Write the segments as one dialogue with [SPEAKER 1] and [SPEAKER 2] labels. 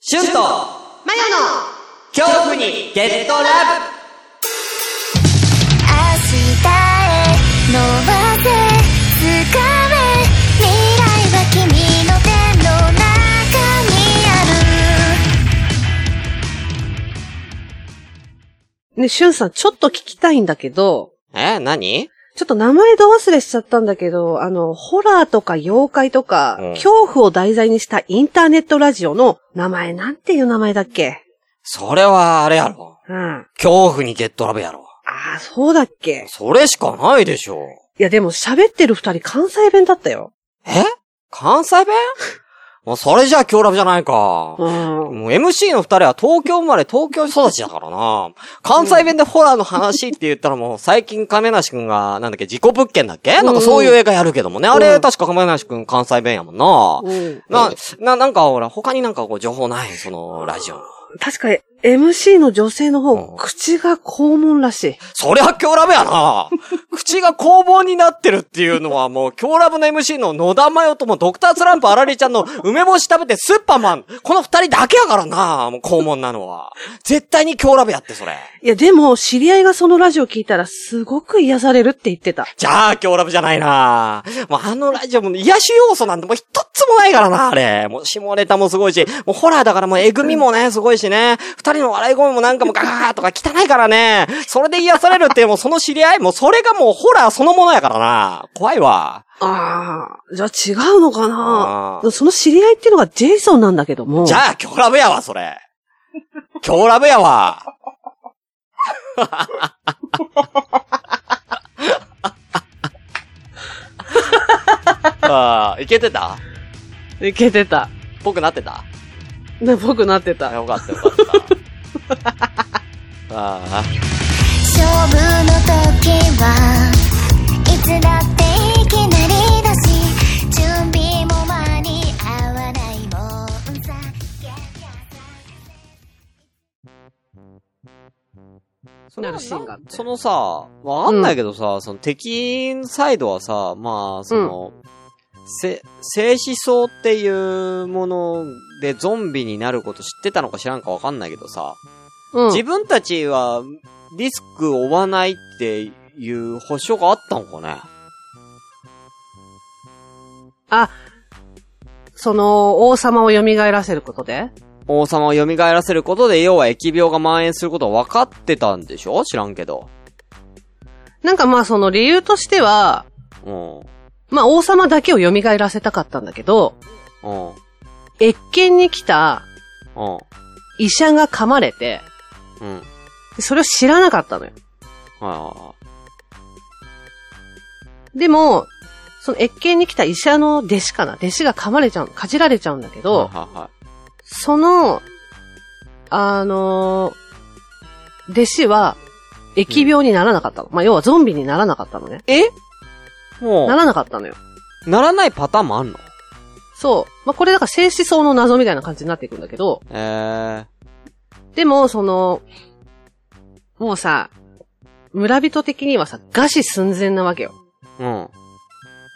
[SPEAKER 1] シュンと
[SPEAKER 2] マヨの
[SPEAKER 1] 恐怖にゲットラブ
[SPEAKER 3] 明日へ伸ばせ掴め未来は君の手の中にある
[SPEAKER 2] ね、しゅんさん、ちょっと聞きたいんだけど、
[SPEAKER 1] え何
[SPEAKER 2] ちょっと名前ど忘れしちゃったんだけど、あの、ホラーとか妖怪とか、
[SPEAKER 1] うん
[SPEAKER 2] 恐怖を題材にしたインターネットラジオの名前なんていう名前だっけ
[SPEAKER 1] それはあれやろ。
[SPEAKER 2] うん。あ
[SPEAKER 1] 恐怖にゲットラブやろ。
[SPEAKER 2] あ、そうだっけ
[SPEAKER 1] それしかないでしょ。
[SPEAKER 2] いや、でも喋ってる二人関西弁だったよ。
[SPEAKER 1] え関西弁 もうそれじゃあ京ラブじゃないか。
[SPEAKER 2] うん。
[SPEAKER 1] もう MC の二人は東京生まれ東京育ちだからな。関西弁でホラーの話って言ったらもう最近亀梨くんが、なんだっけ、事故物件だっけなんかそういう映画やるけどもね。あれ確か亀梨くん関西弁やもんな。
[SPEAKER 2] うん、
[SPEAKER 1] な、な、なんかほら、他になんかこう情報ないその、ラジオの。
[SPEAKER 2] 確かに、MC の女性の方、
[SPEAKER 1] うん
[SPEAKER 2] 口が肛門らしい。
[SPEAKER 1] そりゃ京ラブやな口が工房になってるっていうのはもう京ラブの MC の野田真代ともドクタースランプ荒りちゃんの梅干し食べてスーパーマン、この二人だけやからなもう肛門なのは。絶対に京ラブやってそれ。
[SPEAKER 2] いや、でも、知り合いがそのラジオ聞いたら、すごく癒されるって言ってた。
[SPEAKER 1] じゃあ、今日ラブじゃないなもうあのラジオも癒し要素なんてもう一つもないからな、あれ。もう下ネタもすごいし、もうホラーだからもうえぐみもね、すごいしね。二人の笑い声もなんかもうガガガとか汚いからね。それで癒されるってもうその知り合い、もうそれがもうホラーそのものやからな。怖いわ。
[SPEAKER 2] ああ、じゃあ違うのか
[SPEAKER 1] あー
[SPEAKER 2] なその知り合いっていうのがジェイソンなんだけども。
[SPEAKER 1] じゃあ、今日ラブやわ、それ。今日ラブやわ。 ああ、いけてた
[SPEAKER 2] いけてた。
[SPEAKER 1] ぽくなってた
[SPEAKER 2] ね、僕なって
[SPEAKER 1] あ
[SPEAKER 2] た。
[SPEAKER 1] よかったよかっ た。ああ。
[SPEAKER 3] 勝負の時はいつだっていきなりだし準備も間に合わないもんさ
[SPEAKER 1] それは
[SPEAKER 2] なるシーンがあって
[SPEAKER 1] そのさ、わかんないけどさ、その敵サイドはさ、まあ、その、せ、静止層っていうものでゾンビになること知ってたのか知らんかわかんないけどさ、
[SPEAKER 2] うん。
[SPEAKER 1] 自分たちはリスクを負わないっていう保証があったのかね
[SPEAKER 2] その、王様を蘇らせることで
[SPEAKER 1] 王様を蘇らせることで、要は疫病が蔓延することは分かってたんでしょ知らんけど。
[SPEAKER 2] なんかまあその理由としては、
[SPEAKER 1] うん。
[SPEAKER 2] まあ王様だけを蘇らせたかったんだけど、
[SPEAKER 1] うん。うん。
[SPEAKER 2] 越見に来た医者が噛まれて、
[SPEAKER 1] うん。はい
[SPEAKER 2] それを知らなかったのよ。
[SPEAKER 1] は
[SPEAKER 2] でも、その越見に来た医者の弟子かな弟子が噛まれちゃう、かじられちゃうんだけ
[SPEAKER 1] いはい。
[SPEAKER 2] ど、
[SPEAKER 1] はいはい。
[SPEAKER 2] その、あのー弟子は、疫病にならなかったの。まあ、要はゾンビにならなかったのね。
[SPEAKER 1] えもう
[SPEAKER 2] ならなかったのよ。
[SPEAKER 1] ならないパターンもあんの
[SPEAKER 2] そう。まあ、これだから静止層の謎みたいな感じになっていくんだけど、
[SPEAKER 1] えー、
[SPEAKER 2] でも、その、もうさ、村人的にはさ、餓死寸前なわけよ。
[SPEAKER 1] うん。はい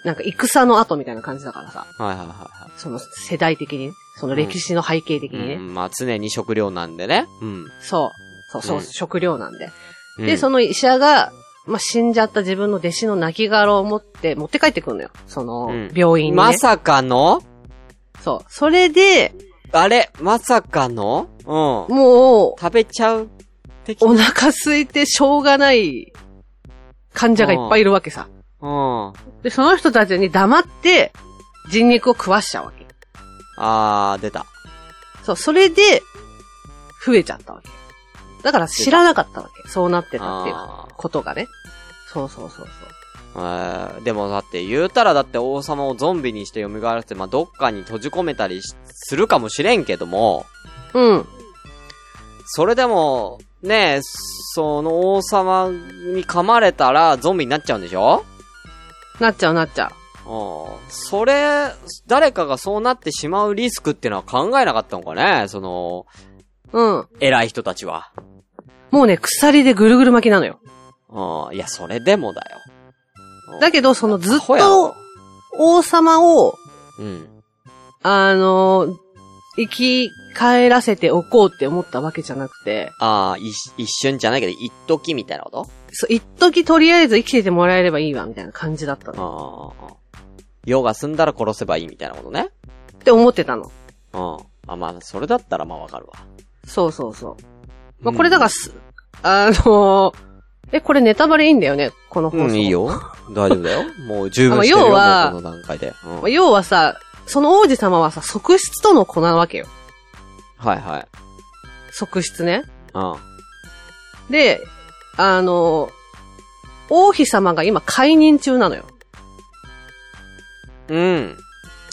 [SPEAKER 2] なんか戦の後みたいな感じだからさ、
[SPEAKER 1] はいはいは
[SPEAKER 2] その世代的に、その歴史の背景的
[SPEAKER 1] い。
[SPEAKER 2] にね。
[SPEAKER 1] うん、まあ常に食料なんでね。うん。
[SPEAKER 2] そう。そうそう、
[SPEAKER 1] うん
[SPEAKER 2] 食料なんで。
[SPEAKER 1] う
[SPEAKER 2] で、
[SPEAKER 1] ん
[SPEAKER 2] その医者が、まあ、死んじゃった自分の弟子の亡きを持って、持って帰ってくるのよ。その
[SPEAKER 1] うん、
[SPEAKER 2] 病院に、ね
[SPEAKER 1] まさかの
[SPEAKER 2] そう。それで、
[SPEAKER 1] あれまさかのうん。
[SPEAKER 2] もう、
[SPEAKER 1] 食べちゃう的
[SPEAKER 2] お
[SPEAKER 1] な
[SPEAKER 2] 腹空いてしょうがない患者がいっぱいいるわけさ。
[SPEAKER 1] うん。
[SPEAKER 2] で、その人たちに黙って、人肉を食わしちゃうわけ。
[SPEAKER 1] あー、出た。
[SPEAKER 2] そう。それで、増えちゃったわけ。だから知らなかったわけ。そうなってたっていう
[SPEAKER 1] あ
[SPEAKER 2] ことがね。そうそうそうそう。
[SPEAKER 1] ーえーでもだって言うたらだって王様をゾンビにして蘇らせて、まあどっかに閉じ込めたりしするかもしれんけども、
[SPEAKER 2] うん。
[SPEAKER 1] それでも、ねえ、その王様に噛まれたらゾンビになっちゃうんでしょ
[SPEAKER 2] なっちゃうなっちゃう。
[SPEAKER 1] うんそれ、誰かがそうなってしまうリスクってのは考えなかったのかねその、
[SPEAKER 2] うん。
[SPEAKER 1] 偉い人たちは。
[SPEAKER 2] もうね、鎖でぐるぐる巻きなのよ。
[SPEAKER 1] うん。いや、それでもだよ。うん
[SPEAKER 2] だけど、そのずっ
[SPEAKER 1] アホやろ
[SPEAKER 2] と、王様を、
[SPEAKER 1] うん。
[SPEAKER 2] あの、生き帰らせておこうって思ったわけじゃなくて、
[SPEAKER 1] ああ、い一瞬じゃないけど、一時みたいなこ
[SPEAKER 2] そう、一時とりあえず生きててもらえればいいわ、みたいな感じだった
[SPEAKER 1] と
[SPEAKER 2] の。
[SPEAKER 1] ああ。用が済んだら殺せばいいみたいなことね。
[SPEAKER 2] って思ってたの。
[SPEAKER 1] うん。あ、まあ、それだったらまあわかるわ。
[SPEAKER 2] そうそうそう。まあ、これだからす、あのーえ、これネタバレいいんだよね、この放送。
[SPEAKER 1] うん、いいよ。大丈夫だ よ。もう十分してるよ、
[SPEAKER 2] あ要
[SPEAKER 1] もう
[SPEAKER 2] は
[SPEAKER 1] この段階で。うん。
[SPEAKER 2] まあ
[SPEAKER 1] はい
[SPEAKER 2] 要はさ、その王子様はさ、側室との子なわけよ。
[SPEAKER 1] はい。
[SPEAKER 2] 側室ね。
[SPEAKER 1] うん。
[SPEAKER 2] で、あのー王妃様が今解任中なのよ。
[SPEAKER 1] うん。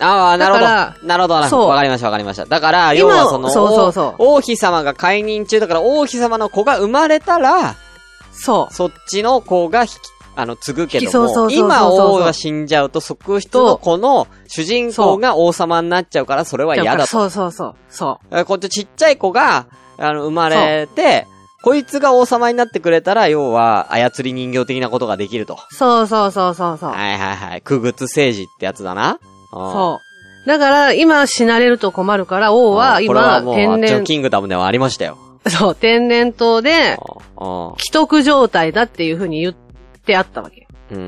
[SPEAKER 1] ああ、なるほど
[SPEAKER 2] だか。
[SPEAKER 1] なるほど、なるほ
[SPEAKER 2] そ
[SPEAKER 1] ど。
[SPEAKER 2] う
[SPEAKER 1] わかりました、わかりました。だから、要
[SPEAKER 2] 今
[SPEAKER 1] はその、
[SPEAKER 2] そうそうそう
[SPEAKER 1] 王王妃様が解任中だから、王妃様の子が生まれたら、
[SPEAKER 2] そう。
[SPEAKER 1] そっちの子が引き、あの、継ぐけども、
[SPEAKER 2] そうそうそうそう
[SPEAKER 1] 今王が死んじゃうと、即室の子の主人公が王様になっちゃうから、それは嫌だと。
[SPEAKER 2] そうそうそう。そ
[SPEAKER 1] だからこっちちっちゃい子が、あの、生まれて、こいつが王様になってくれたら、要は、操り人形的なことができると。
[SPEAKER 2] う。そうそうそうそうそう。
[SPEAKER 1] はいはいはい。区別政治ってやつだな。うん。
[SPEAKER 2] そう。だから、今死なれると困るから、王は
[SPEAKER 1] うんこれ
[SPEAKER 2] 今
[SPEAKER 1] は、もう、あっ
[SPEAKER 2] 天
[SPEAKER 1] ちの
[SPEAKER 2] 然、
[SPEAKER 1] キングダムではありましたよ。
[SPEAKER 2] そう、天然痘で、
[SPEAKER 1] うん
[SPEAKER 2] 既得状態だっていうふうに言ってあったわけ。
[SPEAKER 1] うんうん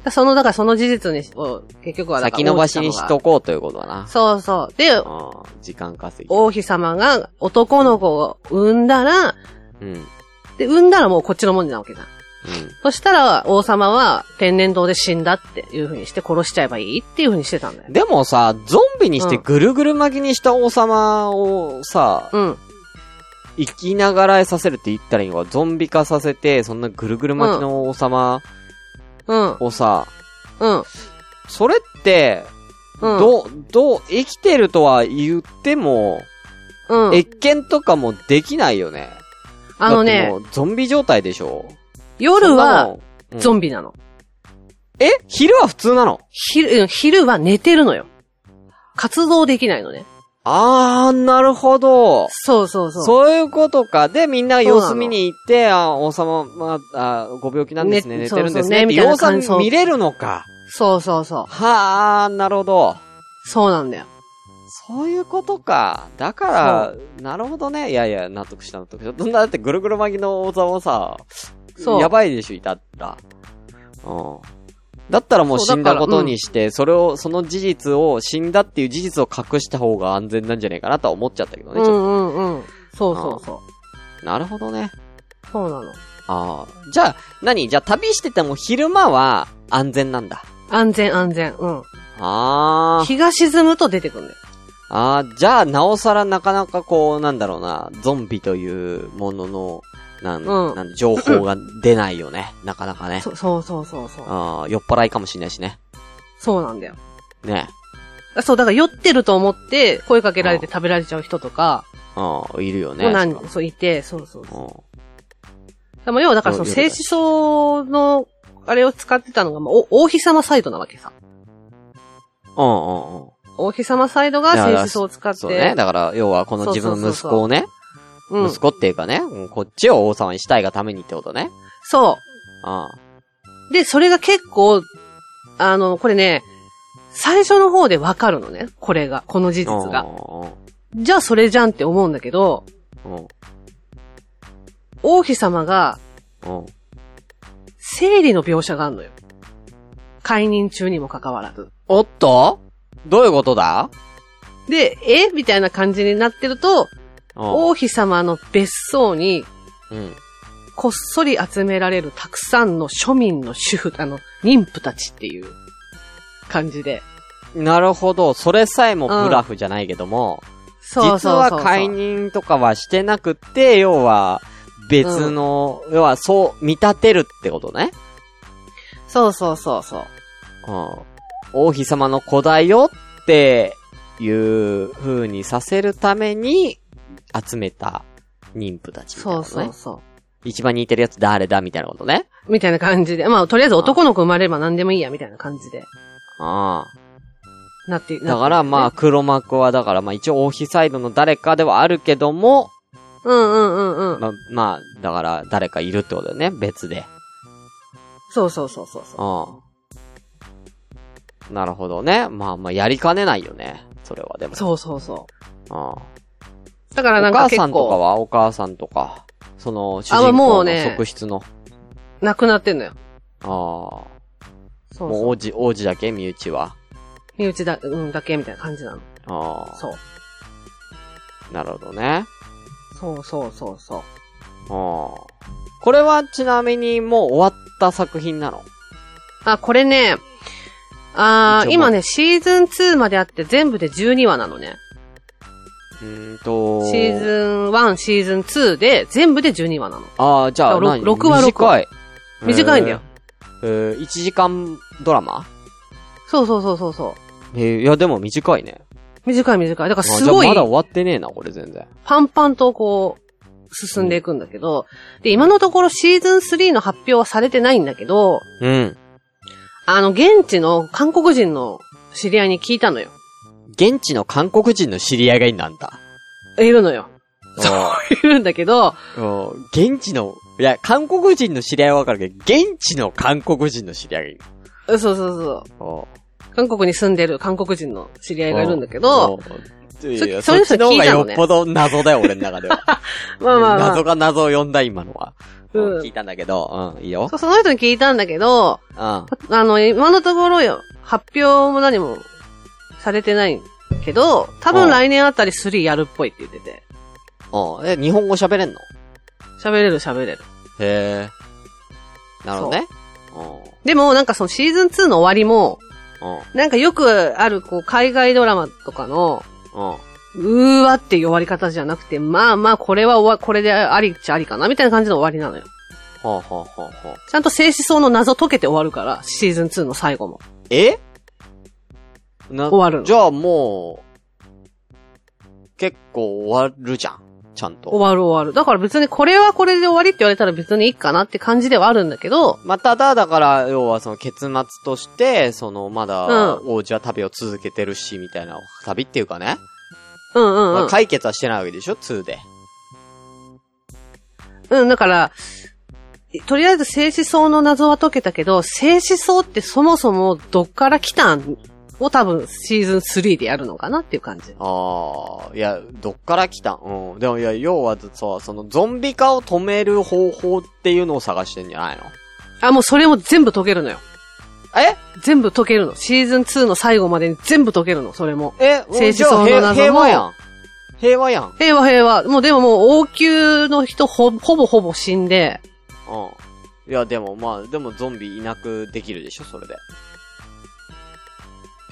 [SPEAKER 1] うん
[SPEAKER 2] その、だからその事実にし、を結局
[SPEAKER 1] う
[SPEAKER 2] は
[SPEAKER 1] ん。
[SPEAKER 2] だから
[SPEAKER 1] 先延ばしにしと
[SPEAKER 2] 王子様
[SPEAKER 1] こうということだな
[SPEAKER 2] が。そうそう。で、
[SPEAKER 1] うん。時間稼ぎ。
[SPEAKER 2] 王妃様が男の子を産んだら、
[SPEAKER 1] うん。うん。
[SPEAKER 2] で、産んだらもうこっちのもんなわけじゃん。そしたら、王様は天然痘で死んだっていうふうにして殺しちゃえばいいっていうふうにしてたんだよ。
[SPEAKER 1] でもさ、ゾンビにして
[SPEAKER 2] うん
[SPEAKER 1] ぐるぐる巻きにした王様をさ、
[SPEAKER 2] うん。
[SPEAKER 1] 生きながらえさせるって言ったらいいのか、ゾンビ化させて、そんなぐるぐる巻きの王様
[SPEAKER 2] うん。
[SPEAKER 1] をさ、
[SPEAKER 2] うん。
[SPEAKER 1] それって、
[SPEAKER 2] うん。
[SPEAKER 1] どう、どう、生きてるとは言っても、
[SPEAKER 2] うん。
[SPEAKER 1] 越見とかもできないよね。
[SPEAKER 2] あの
[SPEAKER 1] だって
[SPEAKER 2] ね
[SPEAKER 1] も、う、ゾンビ状態でしょ
[SPEAKER 2] 夜は、、ゾ
[SPEAKER 1] ビ。
[SPEAKER 2] ンビなの。
[SPEAKER 1] え昼は普通なの
[SPEAKER 2] 昼、うん昼は寝てるのよ。活動できないのね。
[SPEAKER 1] あー、なるほど。
[SPEAKER 2] そうそうそう。
[SPEAKER 1] そういうことか。で、みんな様
[SPEAKER 2] そうな
[SPEAKER 1] 子
[SPEAKER 2] の
[SPEAKER 1] 見に行って、あ、王様、まあ、あご病気なんですね、
[SPEAKER 2] ね
[SPEAKER 1] 寝てるんです
[SPEAKER 2] そうそうね
[SPEAKER 1] ね。って
[SPEAKER 2] みたい
[SPEAKER 1] 王
[SPEAKER 2] な感想
[SPEAKER 1] 様見れるのか。
[SPEAKER 2] そうそうそう。
[SPEAKER 1] はあ、なるほど。
[SPEAKER 2] そうなんだよ。
[SPEAKER 1] そういうことか。だから、なるほどね。いやいや、納得した、納得した。だって、ぐるぐる巻きの王様さ、
[SPEAKER 2] そう
[SPEAKER 1] やばいでしょ、いたら。うん。だったらもう
[SPEAKER 2] そ
[SPEAKER 1] 死ん
[SPEAKER 2] うだから
[SPEAKER 1] だことにして、それを、その事実を、死んだっていう事実を隠した方が安全なんじゃないかなとは思っちゃったけど
[SPEAKER 2] う
[SPEAKER 1] ね。
[SPEAKER 2] ん
[SPEAKER 1] ち
[SPEAKER 2] う
[SPEAKER 1] ょっ
[SPEAKER 2] んうん。そうそうそ
[SPEAKER 1] となるほどね。
[SPEAKER 2] う。そうなの。
[SPEAKER 1] ああ。じゃあ、何じゃあ旅してても昼間は安全なんだ。
[SPEAKER 2] 安全安全。うん。
[SPEAKER 1] あ
[SPEAKER 2] 日が沈むと出てくるんだよ。
[SPEAKER 1] あ。ああ、じゃあ、なおさらなかなかこう、なんだろうな、ゾンビというものの、なん、
[SPEAKER 2] うん
[SPEAKER 1] なん情報が出ないよね。なかなかね。
[SPEAKER 2] そそうそうそうそう。
[SPEAKER 1] ああ、酔っ払いかもしれないしね。
[SPEAKER 2] そうなんだよ。
[SPEAKER 1] ね。
[SPEAKER 2] あそう、だから酔ってると思って声かけられて食べられちゃう人とか、
[SPEAKER 1] ああ、いるよ
[SPEAKER 2] も
[SPEAKER 1] ね。
[SPEAKER 2] う
[SPEAKER 1] そ
[SPEAKER 2] 何、
[SPEAKER 1] う
[SPEAKER 2] そういて、そうそうそう。
[SPEAKER 1] うん
[SPEAKER 2] でも要はだからその
[SPEAKER 1] そう
[SPEAKER 2] 静止層の、あれを使ってたのが、まあ、お王妃様サイドなわけさ。
[SPEAKER 1] うんうんうん。
[SPEAKER 2] 王妃様サイドが
[SPEAKER 1] いやだ
[SPEAKER 2] 静
[SPEAKER 1] から
[SPEAKER 2] 止層を使って。
[SPEAKER 1] そうね。だから、要は、この自分の息子をね、
[SPEAKER 2] うん。
[SPEAKER 1] 息子っていうかね、うんこっちを王様にしたいがためにってことね。
[SPEAKER 2] そう。
[SPEAKER 1] あ
[SPEAKER 2] で、それが結構、あの、これね、最初の方でわかるのね。これが、この事
[SPEAKER 1] あ。
[SPEAKER 2] 実が。
[SPEAKER 1] う
[SPEAKER 2] じゃあそれじゃんって思うんだけど、
[SPEAKER 1] んうんうん。
[SPEAKER 2] 王妃様が
[SPEAKER 1] うん。うん。
[SPEAKER 2] 生理の描写があるのよ。解任中にもかかわらず。
[SPEAKER 1] おっとどういうことだ
[SPEAKER 2] で、えみたいな感じになってると、
[SPEAKER 1] お
[SPEAKER 2] 王妃様の別荘に
[SPEAKER 1] うん。
[SPEAKER 2] こっそり集められるたくさんの庶民の主婦、あの、妊婦たちっていう感じで。
[SPEAKER 1] なるほど。それさえもブラフじゃないけども、
[SPEAKER 2] そう
[SPEAKER 1] 実
[SPEAKER 2] そうそう
[SPEAKER 1] は
[SPEAKER 2] そう。
[SPEAKER 1] 解任とかはしてなくて、要は、別の、要はそう見立てるってことね。
[SPEAKER 2] そうそうそうそう。
[SPEAKER 1] うん。王妃様の子だよっていう風にさせるために集めた妊婦たちみたいなこ
[SPEAKER 2] そう
[SPEAKER 1] とね。
[SPEAKER 2] そうそう。
[SPEAKER 1] 一番似てるやつ誰だみたいなことね。
[SPEAKER 2] みたいな感じで。まあ、とりあえず男の子生まれれば何でもいいや、みたいな感じで。
[SPEAKER 1] ああ。
[SPEAKER 2] なって、
[SPEAKER 1] だからまあ、黒幕はだからまあ一応王妃サイドの誰かではあるけども、
[SPEAKER 2] あ。うんうんうんうん。
[SPEAKER 1] まあ、まあ、だから、誰かいるってことだよね、別で。
[SPEAKER 2] そうそうそうそうそう。
[SPEAKER 1] うん。なるほどね。まあまあ、やりかねないよね。それはでも。
[SPEAKER 2] そうそうそ
[SPEAKER 1] うん。
[SPEAKER 2] だからな
[SPEAKER 1] お
[SPEAKER 2] んか
[SPEAKER 1] 母
[SPEAKER 2] 結
[SPEAKER 1] さんとか
[SPEAKER 2] 構、
[SPEAKER 1] はお母さんとか、その、主
[SPEAKER 2] あ
[SPEAKER 1] 人
[SPEAKER 2] も
[SPEAKER 1] 公
[SPEAKER 2] う
[SPEAKER 1] の
[SPEAKER 2] ね
[SPEAKER 1] 側室の。
[SPEAKER 2] なくなってんのよ。
[SPEAKER 1] ああ。も
[SPEAKER 2] そううそう。
[SPEAKER 1] 王子、王子だけ身内は。
[SPEAKER 2] 身内だ、うん、だけみたいな感じなの。
[SPEAKER 1] ああ。
[SPEAKER 2] そう。
[SPEAKER 1] なるほどね。
[SPEAKER 2] そうそうそうそう。
[SPEAKER 1] ああ。これはちなみにもう終わった作品なの
[SPEAKER 2] あ、これね、あ
[SPEAKER 1] 一応も
[SPEAKER 2] ー
[SPEAKER 1] う
[SPEAKER 2] 今ね、シーズン2まであって全部で12話なのね。
[SPEAKER 1] うーんと。
[SPEAKER 2] シーズン1、シーズン2で全部で12話なの。
[SPEAKER 1] ああ、じゃあ、
[SPEAKER 2] だから
[SPEAKER 1] 何
[SPEAKER 2] ろく6は6
[SPEAKER 1] 短い。
[SPEAKER 2] 短いんだよ
[SPEAKER 1] えー。えー、1時間ドラマ
[SPEAKER 2] そうそうそうそうそ
[SPEAKER 1] えー、いやでも短いね。
[SPEAKER 2] う。短い短い。だから
[SPEAKER 1] あ
[SPEAKER 2] す
[SPEAKER 1] じゃあ
[SPEAKER 2] ごい
[SPEAKER 1] まだ終わってねえな、これ全然。
[SPEAKER 2] パンパンとこう、進んでいくんだけど、で、今のところシーズン3の発表はされてないんだけど、
[SPEAKER 1] うん。
[SPEAKER 2] あの、現地の韓国人の知り合いに聞いたのよ。
[SPEAKER 1] 現地の韓国人の知り合いがいなんだ。
[SPEAKER 2] いるのよ。
[SPEAKER 1] そ
[SPEAKER 2] いるんだけど、
[SPEAKER 1] う。現地の、いや、韓国人の知り合いはわかるけど、現地の韓国人の知り合いがいる。
[SPEAKER 2] そうそうそう。
[SPEAKER 1] お
[SPEAKER 2] 韓国に住んでる韓国人の知り合いがいるんだけ
[SPEAKER 1] お
[SPEAKER 2] ど、
[SPEAKER 1] ういや
[SPEAKER 2] そ
[SPEAKER 1] そっちの方が
[SPEAKER 2] それの人聞いた
[SPEAKER 1] よ
[SPEAKER 2] のね
[SPEAKER 1] っぽど謎だよ、俺の中 では。
[SPEAKER 2] まあまあまあ
[SPEAKER 1] 謎が謎を呼んだ、今のは。
[SPEAKER 2] うん
[SPEAKER 1] 聞いたんだけど、うん、いいよ。
[SPEAKER 2] そうその人に聞いたんだけど、
[SPEAKER 1] うん。あ
[SPEAKER 2] あの、今のところよ、発表も何もされてないけど、多
[SPEAKER 1] う
[SPEAKER 2] 分
[SPEAKER 1] ん
[SPEAKER 2] 来年あたり3やるっぽいって言ってて。
[SPEAKER 1] え、日本語喋れんの
[SPEAKER 2] 喋れる喋れる。
[SPEAKER 1] へえ。なるほどね。う
[SPEAKER 2] でも、なんかそのシーズン2の終わりも、
[SPEAKER 1] ん。うん。
[SPEAKER 2] なんかよくある、こう、海外ドラマとかの、
[SPEAKER 1] うん。
[SPEAKER 2] うーわっていう終わり方じゃなくて、まあまあ、これは終わ、これでありっちゃありかな、みたいな感じの終わりなのよ。
[SPEAKER 1] ほうほうほうほう。
[SPEAKER 2] ちゃんと静止層の謎解けて終わるから、シーズン2の最後も。
[SPEAKER 1] えな
[SPEAKER 2] 終わるの
[SPEAKER 1] じゃあもう、結構終わるじゃん。ちゃんと。
[SPEAKER 2] 終わる終わる。だから別にこれはこれで終わりって言われたら別にいいかなって感じではあるんだけど、
[SPEAKER 1] まあただ、だから、要はその結末として、そのまだ
[SPEAKER 2] う、
[SPEAKER 1] 王子は旅を続けてるし、みたいな、旅っていうかね。
[SPEAKER 2] うんうん
[SPEAKER 1] ま
[SPEAKER 2] う
[SPEAKER 1] あ
[SPEAKER 2] ん。
[SPEAKER 1] 解決はしてないわけでしょ ?2 で。
[SPEAKER 2] うん、だから、とりあえず静止層の謎は解けたけど、静止層ってそもそもどっから来たんを多分シーズン3でやるのかなっていう感じ。
[SPEAKER 1] ああ、いや、どっから来たんうん。でもいや、要はさ、そのゾンビ化を止める方法っていうのを探してんじゃないの
[SPEAKER 2] あ、もうそれも全部解けるのよ。
[SPEAKER 1] え
[SPEAKER 2] 全部解けるの。シーズン2の最後までに全部解けるの、それも。
[SPEAKER 1] え、
[SPEAKER 2] 政治
[SPEAKER 1] じゃあ
[SPEAKER 2] その
[SPEAKER 1] 平
[SPEAKER 2] 謎も
[SPEAKER 1] 平和やん。平和やん。うん。
[SPEAKER 2] 平和平和。もうでももう王宮の人ほ、ほぼほぼ死んで、
[SPEAKER 1] いや、でもまあ、でもゾンビいなくできるでしょ、それで。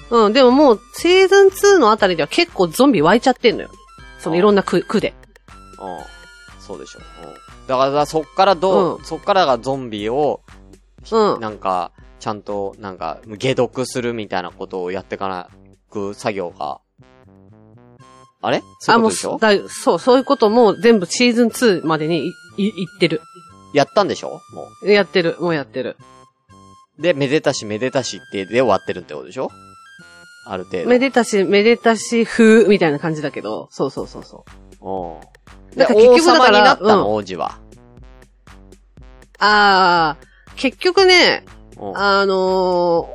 [SPEAKER 2] うん、でももう、シーズン2のあたりでは結構ゾンビ湧いちゃってんのよ。そのいろんな区、区で。
[SPEAKER 1] うん。そうでしょ。うん。だから、そっからどう、
[SPEAKER 2] う
[SPEAKER 1] そっからがゾンビを、
[SPEAKER 2] うん
[SPEAKER 1] なんか、ちゃんと、なんか、解毒するみたいなことをやってかなく作業が。あれそういうことでし
[SPEAKER 2] あ、も
[SPEAKER 1] ょ
[SPEAKER 2] うだい、そう、そういうことも全部シーズン2までにい、い、いってる。
[SPEAKER 1] やったんでしょも
[SPEAKER 2] やってる、もうやってる。
[SPEAKER 1] う。で、めでたしめでたしって、で終わってるってことでしょある程度。
[SPEAKER 2] めでたし、めでたし風、みたいな感じだけど、そうそうそうそう。
[SPEAKER 1] うん。だ
[SPEAKER 2] だ
[SPEAKER 1] から
[SPEAKER 2] か
[SPEAKER 1] ら
[SPEAKER 2] 結
[SPEAKER 1] 結
[SPEAKER 2] 局
[SPEAKER 1] 局
[SPEAKER 2] だ
[SPEAKER 1] だ
[SPEAKER 2] か
[SPEAKER 1] からら、王様になったの、
[SPEAKER 2] う
[SPEAKER 1] 王子は。
[SPEAKER 2] あー、結局ね、
[SPEAKER 1] うん。
[SPEAKER 2] あのー、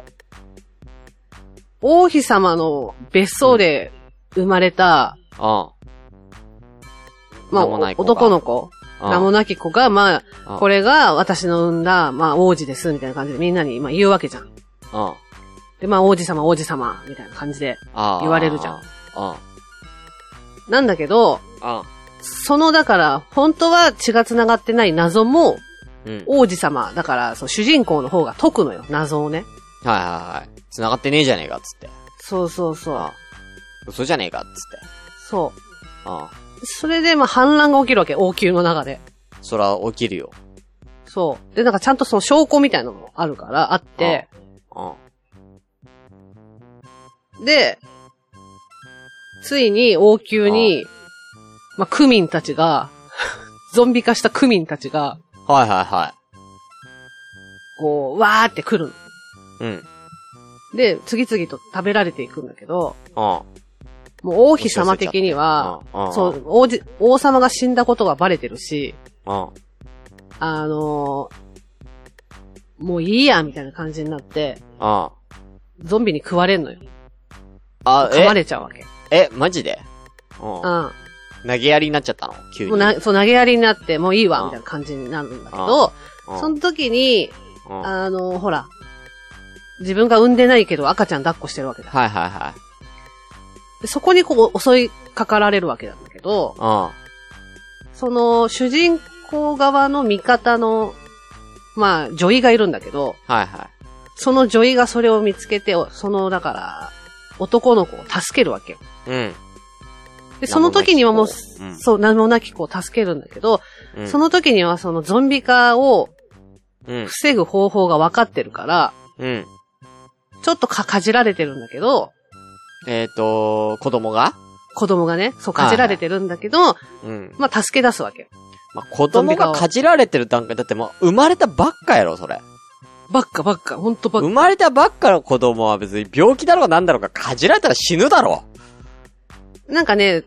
[SPEAKER 2] 王妃様の別荘で生まれた、まあ、
[SPEAKER 1] 名もない子が
[SPEAKER 2] 男の子、
[SPEAKER 1] うん。
[SPEAKER 2] 名もなき子が、まあ、
[SPEAKER 1] うん
[SPEAKER 2] これが私の産んだ、まあ、王子です、みたいな感じでみんなに今言うわけじゃん。
[SPEAKER 1] うん。うん。
[SPEAKER 2] で、まあ、王子様、王子様、みたいな感じで。
[SPEAKER 1] あー
[SPEAKER 2] 言われるじゃん。
[SPEAKER 1] うん。
[SPEAKER 2] なんだけど、
[SPEAKER 1] あ
[SPEAKER 2] その、だから、本当は血が繋がってない謎も、
[SPEAKER 1] うん。はい
[SPEAKER 2] 王子様、だから、そう、主人公の方が解くのよ、謎をね。
[SPEAKER 1] はいはい。繋がってねえじゃねえか、つって。
[SPEAKER 2] そうそうそう。
[SPEAKER 1] 嘘じゃねえか、つって。
[SPEAKER 2] そう。
[SPEAKER 1] うん。
[SPEAKER 2] それで、まあ、反乱が起きるわけ、王宮の中で。
[SPEAKER 1] そら起きるよ。
[SPEAKER 2] そう。で、なんかちゃんとその証拠みたいなのもあるから、あって、
[SPEAKER 1] うん。
[SPEAKER 2] で、ついに王宮に、まあ、区民たちが、 ゾンビ化した区民たちが、
[SPEAKER 1] はいはいは
[SPEAKER 2] こう、わーって来
[SPEAKER 1] い。
[SPEAKER 2] る
[SPEAKER 1] うん。うん。
[SPEAKER 2] の。で、次々と食べられていくんだけど、
[SPEAKER 1] 王
[SPEAKER 2] もう王妃様的には、、
[SPEAKER 1] うん。
[SPEAKER 2] そ。う、王子、王様が死んだことがバレてるし、
[SPEAKER 1] うん。
[SPEAKER 2] あのーもういいや、みたいな感じになって、
[SPEAKER 1] うん。
[SPEAKER 2] ゾンビに食われんのよ。
[SPEAKER 1] あ、
[SPEAKER 2] 噛ま
[SPEAKER 1] え、
[SPEAKER 2] れちゃうわけ。
[SPEAKER 1] え、マジでうん。
[SPEAKER 2] うん。
[SPEAKER 1] 投げやりになっちゃったの急に。
[SPEAKER 2] もうな、そう、投げやりになって、もういいわ、みたいな感じになるんだけ
[SPEAKER 1] う
[SPEAKER 2] ど、
[SPEAKER 1] ん
[SPEAKER 2] その時に、
[SPEAKER 1] うんはい
[SPEAKER 2] あの、ほら、自分が産んでないけど赤ちゃん抱っこしてるわけだ。
[SPEAKER 1] はいはい。
[SPEAKER 2] でそこにこう、襲いかかられるわけなんだけど、
[SPEAKER 1] うん。
[SPEAKER 2] その、主人公側の味方の、まあ、女医がいるんだけど、
[SPEAKER 1] はいはい。
[SPEAKER 2] その女医がそれを見つけて、おその、だから、男の子を助けるわけよ。
[SPEAKER 1] うん。
[SPEAKER 2] で、その時にはもう、
[SPEAKER 1] うん
[SPEAKER 2] そう、名もなき子を助けるんだけど、
[SPEAKER 1] うん
[SPEAKER 2] その時にはそのゾンビ化を
[SPEAKER 1] うん。
[SPEAKER 2] 防ぐ方法が分かってるから、
[SPEAKER 1] うん。
[SPEAKER 2] ちょっとか、かじられてるんだけど、
[SPEAKER 1] えっ、と、子供が
[SPEAKER 2] 子供がね、そう、かじられてるんだけど、
[SPEAKER 1] うん。
[SPEAKER 2] まあ、助け出すわけよ。
[SPEAKER 1] まあ、子供がかじられてる段階、だってもう生まれたばっかやろ、それ。
[SPEAKER 2] ばっかばっか、ほんとばっか。
[SPEAKER 1] 生まれたばっかの子供は別に病気だろうが何だろうがかじられたら死ぬだろ
[SPEAKER 2] なんかね、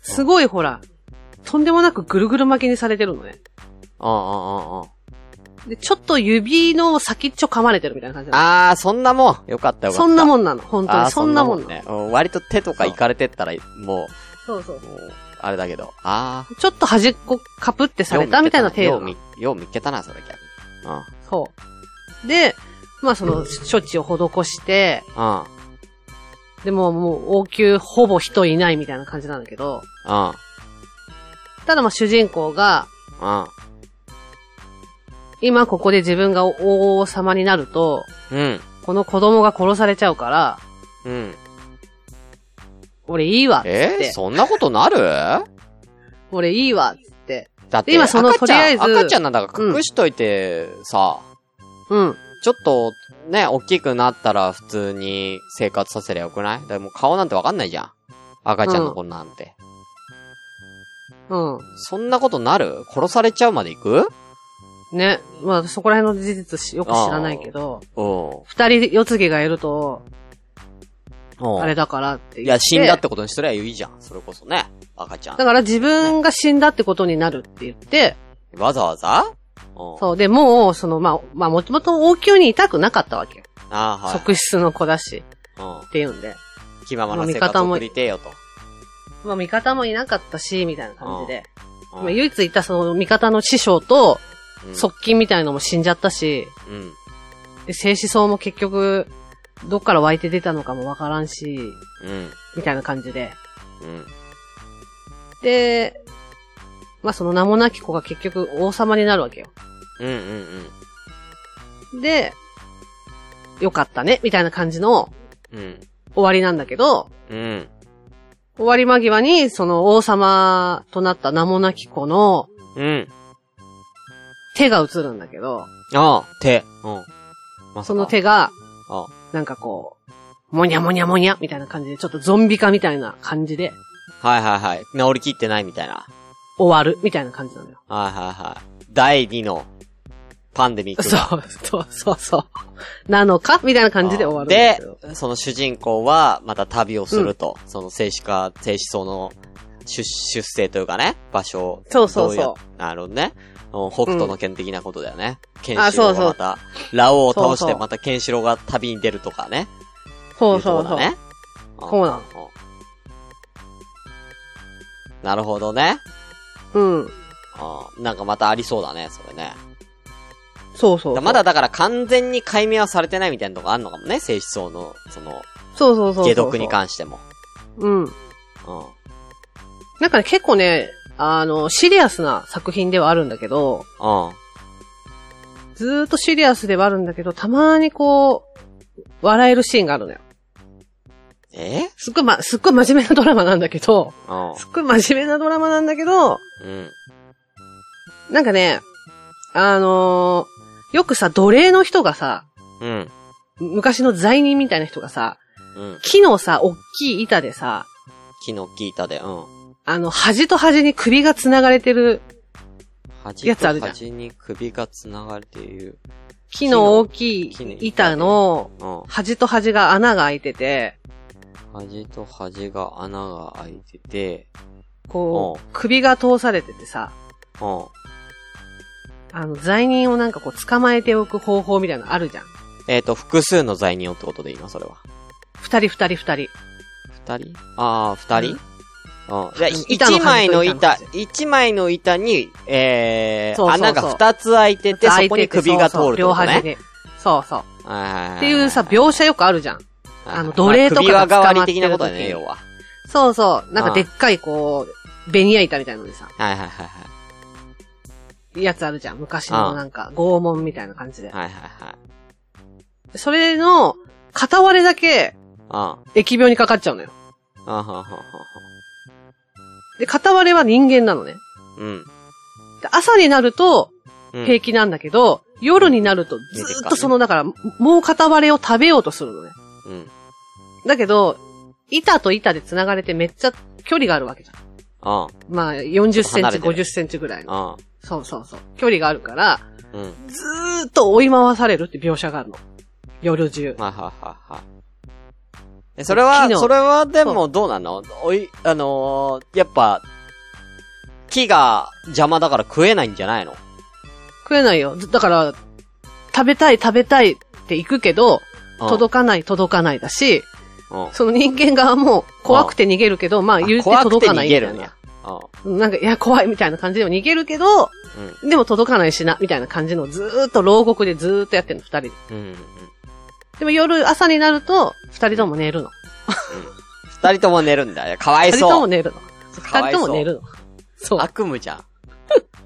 [SPEAKER 2] すごいほら、とんでもなくぐるぐる巻きにされてるのね。
[SPEAKER 1] う。うんうんうんうん。
[SPEAKER 2] で、ちょっと指の先っちょ噛まれてるみたいな感じな
[SPEAKER 1] あー、そんなもん。よかったよかった。
[SPEAKER 2] の。そんなもんなの、本当
[SPEAKER 1] あー
[SPEAKER 2] に。そんなもんなの。
[SPEAKER 1] ね。うん割と手とかいかれてったら、も
[SPEAKER 2] そうそう
[SPEAKER 1] う、。もうあれだけど。あー。
[SPEAKER 2] ちょっと端っこカプってされたみたいな程度
[SPEAKER 1] よう
[SPEAKER 2] な
[SPEAKER 1] 見
[SPEAKER 2] の
[SPEAKER 1] っ。けたなよう見っけたな、それ逆に。うん。
[SPEAKER 2] そう。で、まあその、処置を施して、
[SPEAKER 1] うん。
[SPEAKER 2] でももう、応急ほぼ人いないみたいな感じなんだけど、
[SPEAKER 1] うん。
[SPEAKER 2] ただまあ主人公が、今ここで自分が王様になると、
[SPEAKER 1] うん。
[SPEAKER 2] この子供が殺されちゃうから、
[SPEAKER 1] うん。うん。
[SPEAKER 2] 俺いいわっつっ
[SPEAKER 1] え
[SPEAKER 2] て
[SPEAKER 1] ー、、そんなことなる
[SPEAKER 2] 俺いいわっつって、
[SPEAKER 1] だって、
[SPEAKER 2] 今その
[SPEAKER 1] 赤ちゃん
[SPEAKER 2] とりあえず
[SPEAKER 1] 赤ちゃんなんだから隠しといて、さ、
[SPEAKER 2] うん。
[SPEAKER 1] ちょっと、ね、大きくなったら普通に生活させりゃよくないでもう顔なんてわかんないじゃん。赤ちゃんの子なんて。
[SPEAKER 2] うん。
[SPEAKER 1] そんなことなる殺されちゃうまで行く
[SPEAKER 2] ね。まあ、そこら辺の事実しよく知らないけど、
[SPEAKER 1] うん。
[SPEAKER 2] 二人四つ毛がいると、
[SPEAKER 1] うん
[SPEAKER 2] あれだからって言って。
[SPEAKER 1] いや、死んだってことにすりゃいいじゃん。それこそね。赤ちゃん
[SPEAKER 2] だ。から自分が死んだってことになるって言って、
[SPEAKER 1] わざわざうん。
[SPEAKER 2] そう。で、もう、その、まあ、まあ、もともと王宮にいたくなかったわけよ。
[SPEAKER 1] ああ、はい。
[SPEAKER 2] 側室の子だし、
[SPEAKER 1] う
[SPEAKER 2] っていうんで。
[SPEAKER 1] ん。気ままな生活を送りてえよと。
[SPEAKER 2] まあ、味方もいなかったし、みたいな感じで。
[SPEAKER 1] う
[SPEAKER 2] まあ、
[SPEAKER 1] ん
[SPEAKER 2] 唯一いたその味方の師匠と、
[SPEAKER 1] うん
[SPEAKER 2] 側近みたいのも死んじゃったし、
[SPEAKER 1] うん。
[SPEAKER 2] で、生死層も結局、どっから湧いて出たのかもわからんし、
[SPEAKER 1] うん。
[SPEAKER 2] みたいな感じで。
[SPEAKER 1] うん。
[SPEAKER 2] で、まあその名もなき子が結局王様になるわけよ。
[SPEAKER 1] うん。うん。
[SPEAKER 2] で、よかったね、みたいな感じの
[SPEAKER 1] うん。
[SPEAKER 2] 終わりなんだけど、
[SPEAKER 1] うん。
[SPEAKER 2] 終わり間際にその王様となった名もなき子の
[SPEAKER 1] うん。
[SPEAKER 2] 手が映るんだけど、
[SPEAKER 1] ああ、手。うん。まさか
[SPEAKER 2] その。手が、
[SPEAKER 1] あ
[SPEAKER 2] なんかこう、もにゃもにゃもにゃみたいな感じで、ちょっとゾンビ化みたいな感じで
[SPEAKER 1] はいはいはい。治りきってないみたいな。
[SPEAKER 2] 終わるみたいな感じなのよ。
[SPEAKER 1] はいはいはい。第2のパンデミック
[SPEAKER 2] そ
[SPEAKER 1] が。
[SPEAKER 2] う、そう、そう、そう。なのかみたいな感じで終わるんですよ。
[SPEAKER 1] で、その主人公はまた旅をすると。その静止化、静止層の出、出生というかね、場所を
[SPEAKER 2] そうそうそう
[SPEAKER 1] どやなるほどね。うん北斗の剣的なことだよね。ケン
[SPEAKER 2] あ
[SPEAKER 1] シロウ
[SPEAKER 2] そう
[SPEAKER 1] が
[SPEAKER 2] そう
[SPEAKER 1] また、ラオウを倒し
[SPEAKER 2] そう
[SPEAKER 1] て
[SPEAKER 2] そう
[SPEAKER 1] またケンシロウが旅に出るとかね。
[SPEAKER 2] そうそう
[SPEAKER 1] いとこだ
[SPEAKER 2] そう。
[SPEAKER 1] ね。
[SPEAKER 2] そうなの
[SPEAKER 1] の。なるほどね。
[SPEAKER 2] うん。
[SPEAKER 1] うんなんかまたありそうだね、それね。
[SPEAKER 2] そうそうそう。
[SPEAKER 1] まだだから完全に解明はされてないみたいなとこあんのかもね、性質層の、その、
[SPEAKER 2] そうそうそうそう。
[SPEAKER 1] 解毒に関しても。
[SPEAKER 2] うん。
[SPEAKER 1] うん。
[SPEAKER 2] なんかね、結構ね、あの、シリアスな作品ではあるんだけど、
[SPEAKER 1] うん。
[SPEAKER 2] ずーっとシリアスではあるんだけど、たまにこう、笑えるシーンがあるのよ。
[SPEAKER 1] え
[SPEAKER 2] すっごいま、すっごい真面目なドラマなんだけど、
[SPEAKER 1] うん。
[SPEAKER 2] すっごい真面目なドラマなんだけ
[SPEAKER 1] う
[SPEAKER 2] ど、
[SPEAKER 1] ん。
[SPEAKER 2] なんかね、あのーよくさ、奴隷の人がさ、
[SPEAKER 1] うん。
[SPEAKER 2] 昔の罪人みたいな人がさ、
[SPEAKER 1] うん。
[SPEAKER 2] 木のさ、おっきい板でさ、
[SPEAKER 1] 木の木板で、うん。
[SPEAKER 2] あの、端と端に首が繋がれてる
[SPEAKER 1] 端
[SPEAKER 2] やつあ
[SPEAKER 1] と
[SPEAKER 2] るじゃん
[SPEAKER 1] 端に首が繋がれている。
[SPEAKER 2] 木の大きい
[SPEAKER 1] 木の木の
[SPEAKER 2] 板の
[SPEAKER 1] うん。
[SPEAKER 2] 端と端が穴が開いてて、
[SPEAKER 1] 端と端が穴が開いてて、
[SPEAKER 2] こ
[SPEAKER 1] う
[SPEAKER 2] う、首が通されててさ、
[SPEAKER 1] うん。
[SPEAKER 2] あの、罪人をなんかこう捕まえておく方法みたいなのあるじゃん。
[SPEAKER 1] えっ、と、複数の罪人ってことで今、それは。
[SPEAKER 2] 二人二人二人。
[SPEAKER 1] 二人ああ、二人、うん。じゃあ、
[SPEAKER 2] 板の
[SPEAKER 1] 一
[SPEAKER 2] 端
[SPEAKER 1] 枚の
[SPEAKER 2] と板の
[SPEAKER 1] 板
[SPEAKER 2] 端、
[SPEAKER 1] 一枚の板に、え
[SPEAKER 2] そう
[SPEAKER 1] ー、
[SPEAKER 2] そうそう
[SPEAKER 1] 穴が二つ開いてて、そ
[SPEAKER 2] 相
[SPEAKER 1] こ
[SPEAKER 2] 手
[SPEAKER 1] に
[SPEAKER 2] ってそう
[SPEAKER 1] 首が通るって
[SPEAKER 2] 両
[SPEAKER 1] こと
[SPEAKER 2] 端
[SPEAKER 1] ね。
[SPEAKER 2] で。そうそう。
[SPEAKER 1] っ
[SPEAKER 2] っていうさ、描写よくあるじゃん。あの奴隷とか
[SPEAKER 1] 首輪
[SPEAKER 2] が捕
[SPEAKER 1] 代
[SPEAKER 2] ま
[SPEAKER 1] わ
[SPEAKER 2] って
[SPEAKER 1] り
[SPEAKER 2] る時
[SPEAKER 1] 的なことだね、要は。
[SPEAKER 2] そうそう。なん
[SPEAKER 1] あ
[SPEAKER 2] か
[SPEAKER 1] あ
[SPEAKER 2] でっかいこう、ベニヤ板みたいなのでさ、
[SPEAKER 1] はいはいはい
[SPEAKER 2] やつあるじゃん。昔
[SPEAKER 1] ああ
[SPEAKER 2] のなんか拷問みたいな感じで。
[SPEAKER 1] はい。はいはい
[SPEAKER 2] それの、片割れだけ、
[SPEAKER 1] はい。
[SPEAKER 2] 疫病にかかっちゃうのよ。
[SPEAKER 1] うん。うん、ほんほんほんほ
[SPEAKER 2] で、片割れは人間なのね。
[SPEAKER 1] んうん。
[SPEAKER 2] で朝になると
[SPEAKER 1] うん。
[SPEAKER 2] 平気なんだけど、夜になるとずーっとその、だから、もう片割れを食べようとするのね。
[SPEAKER 1] うん。
[SPEAKER 2] だけど、板と板で繋がれてめっちゃ距離があるわけじゃん。
[SPEAKER 1] うん。
[SPEAKER 2] まあ、40セン
[SPEAKER 1] 離
[SPEAKER 2] チ、
[SPEAKER 1] れてる
[SPEAKER 2] 50センチぐらいの。
[SPEAKER 1] うん。
[SPEAKER 2] そうそうそう。距離があるから、
[SPEAKER 1] うん。はい
[SPEAKER 2] ずーっと追い回されるって描写があるの。夜中。
[SPEAKER 1] はいはいはい。えそれは
[SPEAKER 2] 木、の
[SPEAKER 1] それはでもどうなのおい、あのー、やっぱ、木が邪魔だから食えないんじゃないの
[SPEAKER 2] 食えないよ。ずだから、食べたい食べたいって行くけど、届かない届かないだし、
[SPEAKER 1] うんうん
[SPEAKER 2] その人間側も怖くて逃げるけど、まあ言うて
[SPEAKER 1] 怖く
[SPEAKER 2] 届
[SPEAKER 1] て
[SPEAKER 2] かな
[SPEAKER 1] 逃
[SPEAKER 2] い
[SPEAKER 1] げ
[SPEAKER 2] み
[SPEAKER 1] る
[SPEAKER 2] た
[SPEAKER 1] ん
[SPEAKER 2] い
[SPEAKER 1] だ
[SPEAKER 2] な。。
[SPEAKER 1] うん。
[SPEAKER 2] なんか、いや、怖いみたいな感じでも逃げるけど、でも届かないしな、みたいな感じのずーっと牢獄でずーっとやってんの、二人で。
[SPEAKER 1] うん。うん。
[SPEAKER 2] でも夜、朝になると、二人とも寝るの。
[SPEAKER 1] 二人とも寝るんだよ。かわ
[SPEAKER 2] 二
[SPEAKER 1] い
[SPEAKER 2] 人と
[SPEAKER 1] そ
[SPEAKER 2] も
[SPEAKER 1] う。
[SPEAKER 2] 寝るの。
[SPEAKER 1] かわい
[SPEAKER 2] 二
[SPEAKER 1] そ
[SPEAKER 2] 人
[SPEAKER 1] う
[SPEAKER 2] とも寝るの。そう。
[SPEAKER 1] 悪夢じゃん。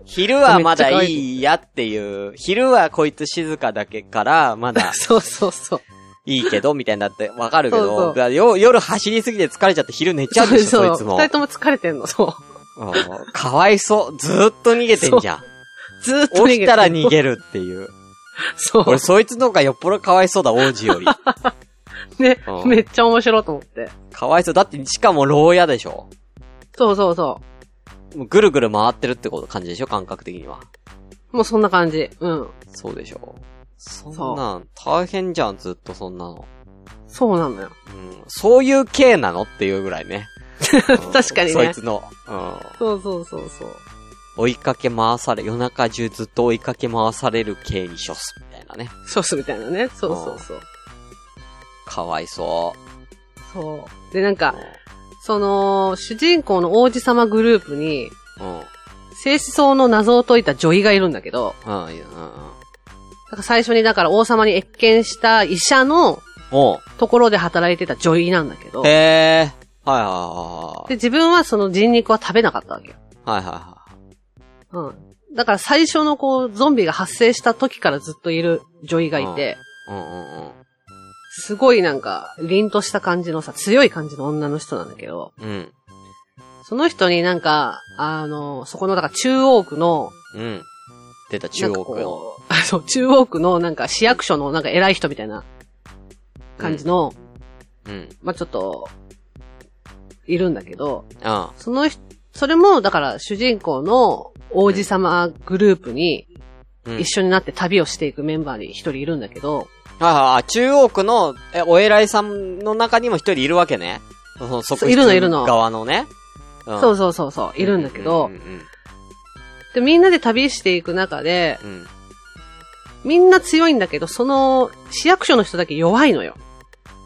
[SPEAKER 1] 昼はまだいいやって いう、昼はこいつ静かだけから、まだ
[SPEAKER 2] そうそうそう。
[SPEAKER 1] いいけど、みたいになってわかるけど、
[SPEAKER 2] そうそう
[SPEAKER 1] だからよ夜走りすぎて疲れちゃって昼寝ちゃうでしょ、
[SPEAKER 2] そう
[SPEAKER 1] そい
[SPEAKER 2] そ
[SPEAKER 1] つ
[SPEAKER 2] う
[SPEAKER 1] も
[SPEAKER 2] 二。人とも疲れてんの、そう。
[SPEAKER 1] うんかわいそう。ずーっと逃げてんじゃん。
[SPEAKER 2] ずーっと逃げ
[SPEAKER 1] 起きたら逃
[SPEAKER 2] る。
[SPEAKER 1] げるっていう。
[SPEAKER 2] そう。
[SPEAKER 1] 俺、そいつの方がよっぽどかわいそうだ、王子 より。
[SPEAKER 2] ね
[SPEAKER 1] う、ん
[SPEAKER 2] めっちゃ面白いと思って。
[SPEAKER 1] かわいそう。だって、しかも牢屋でしょ。
[SPEAKER 2] そうそうそ
[SPEAKER 1] もうぐるぐる回ってるってこと、感じでしょ、感覚的には。
[SPEAKER 2] う。もうそんな感じ。うん。
[SPEAKER 1] そうでしょ。そんなん、大変じゃん、ずっとそんなの。
[SPEAKER 2] そうなのよ。
[SPEAKER 1] うん。そういう系なのっていうぐらい ね。
[SPEAKER 2] 確かにね
[SPEAKER 1] そいつの、うん。
[SPEAKER 2] そうそうそうそう。
[SPEAKER 1] 追いかけ回され、夜中中ずっと追いかけ回される系に処す、みたいなね。
[SPEAKER 2] そうすみたいなね。そうそうそう。
[SPEAKER 1] かわいそ
[SPEAKER 2] そう。で、なんか
[SPEAKER 1] う。、
[SPEAKER 2] その、主人公の王子様グループに、
[SPEAKER 1] うん。
[SPEAKER 2] 静止層の謎を解いた女医がいるんだけど、
[SPEAKER 1] うん、うん、うん。
[SPEAKER 2] なんか最初にだから王様に謁見した医者の
[SPEAKER 1] おう
[SPEAKER 2] ところで働いてた女医なんだけど、で、
[SPEAKER 1] へえ。はいは
[SPEAKER 2] 自分はその人肉は食べなかったわけよ。
[SPEAKER 1] いはいはい。はいはいはい。
[SPEAKER 2] うん。だから最初のこう、ゾンビが発生した時からずっといる女医がいて、
[SPEAKER 1] うんうんうん。
[SPEAKER 2] すごいなんか、凛とした感じのさ、強い感じの女の人なんだけど、
[SPEAKER 1] うん。
[SPEAKER 2] その人になんか、あの、そこのだから中央区の、
[SPEAKER 1] うん。出た、中
[SPEAKER 2] なんか
[SPEAKER 1] 央
[SPEAKER 2] こ
[SPEAKER 1] 区
[SPEAKER 2] う
[SPEAKER 1] の。
[SPEAKER 2] あそう、 中央区のなんか市役所のなんか偉い人みたいな感じの、
[SPEAKER 1] うん。
[SPEAKER 2] まあ、ちょっと、いるんだけど、
[SPEAKER 1] あ
[SPEAKER 2] その人、それもだから主人公の王子様グループに
[SPEAKER 1] うん。
[SPEAKER 2] 一緒になって旅をしていくメンバーに一人いるんだけど、
[SPEAKER 1] はいはいはい。中央区の、え、お偉いさんの中にも一人いるわけね。その、そこ
[SPEAKER 2] いるのいるの
[SPEAKER 1] 側のね。うん
[SPEAKER 2] そうそうそうそう、いるんだけど、
[SPEAKER 1] うんうん
[SPEAKER 2] で、みんなで旅していく中で、
[SPEAKER 1] うんうん。
[SPEAKER 2] みんな強いんだけど、その、市役所の人だけ弱いのよ。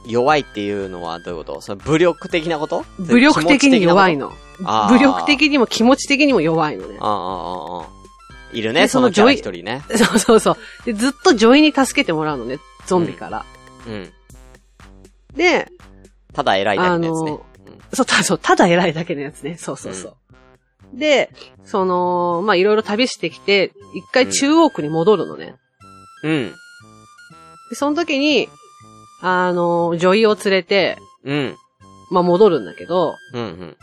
[SPEAKER 1] 弱いっていうのはどういうことそれ武力的なこと
[SPEAKER 2] 武力的に弱い
[SPEAKER 1] の。
[SPEAKER 2] の。
[SPEAKER 1] あー
[SPEAKER 2] 武力的にも気持ち的にも弱いのね
[SPEAKER 1] あ。あああいる
[SPEAKER 2] で
[SPEAKER 1] ね、そ
[SPEAKER 2] そ
[SPEAKER 1] の
[SPEAKER 2] の
[SPEAKER 1] キャラ
[SPEAKER 2] 女医
[SPEAKER 1] 一人ね。
[SPEAKER 2] そうそうそう。で、ずっと女医に助けてもらうのね、ゾンビから。
[SPEAKER 1] うん。
[SPEAKER 2] で、
[SPEAKER 1] ただ偉いだけですね
[SPEAKER 2] あの。そう、たそうただ偉いだけのやつね。そうそうそう。で、その、まあ、いろいろ旅してきて、一回中央区に戻るのね。
[SPEAKER 1] うん。
[SPEAKER 2] で、その時に、あの、女医を連れて、
[SPEAKER 1] うん。
[SPEAKER 2] まあ、戻るんだけど、
[SPEAKER 1] うん。うん。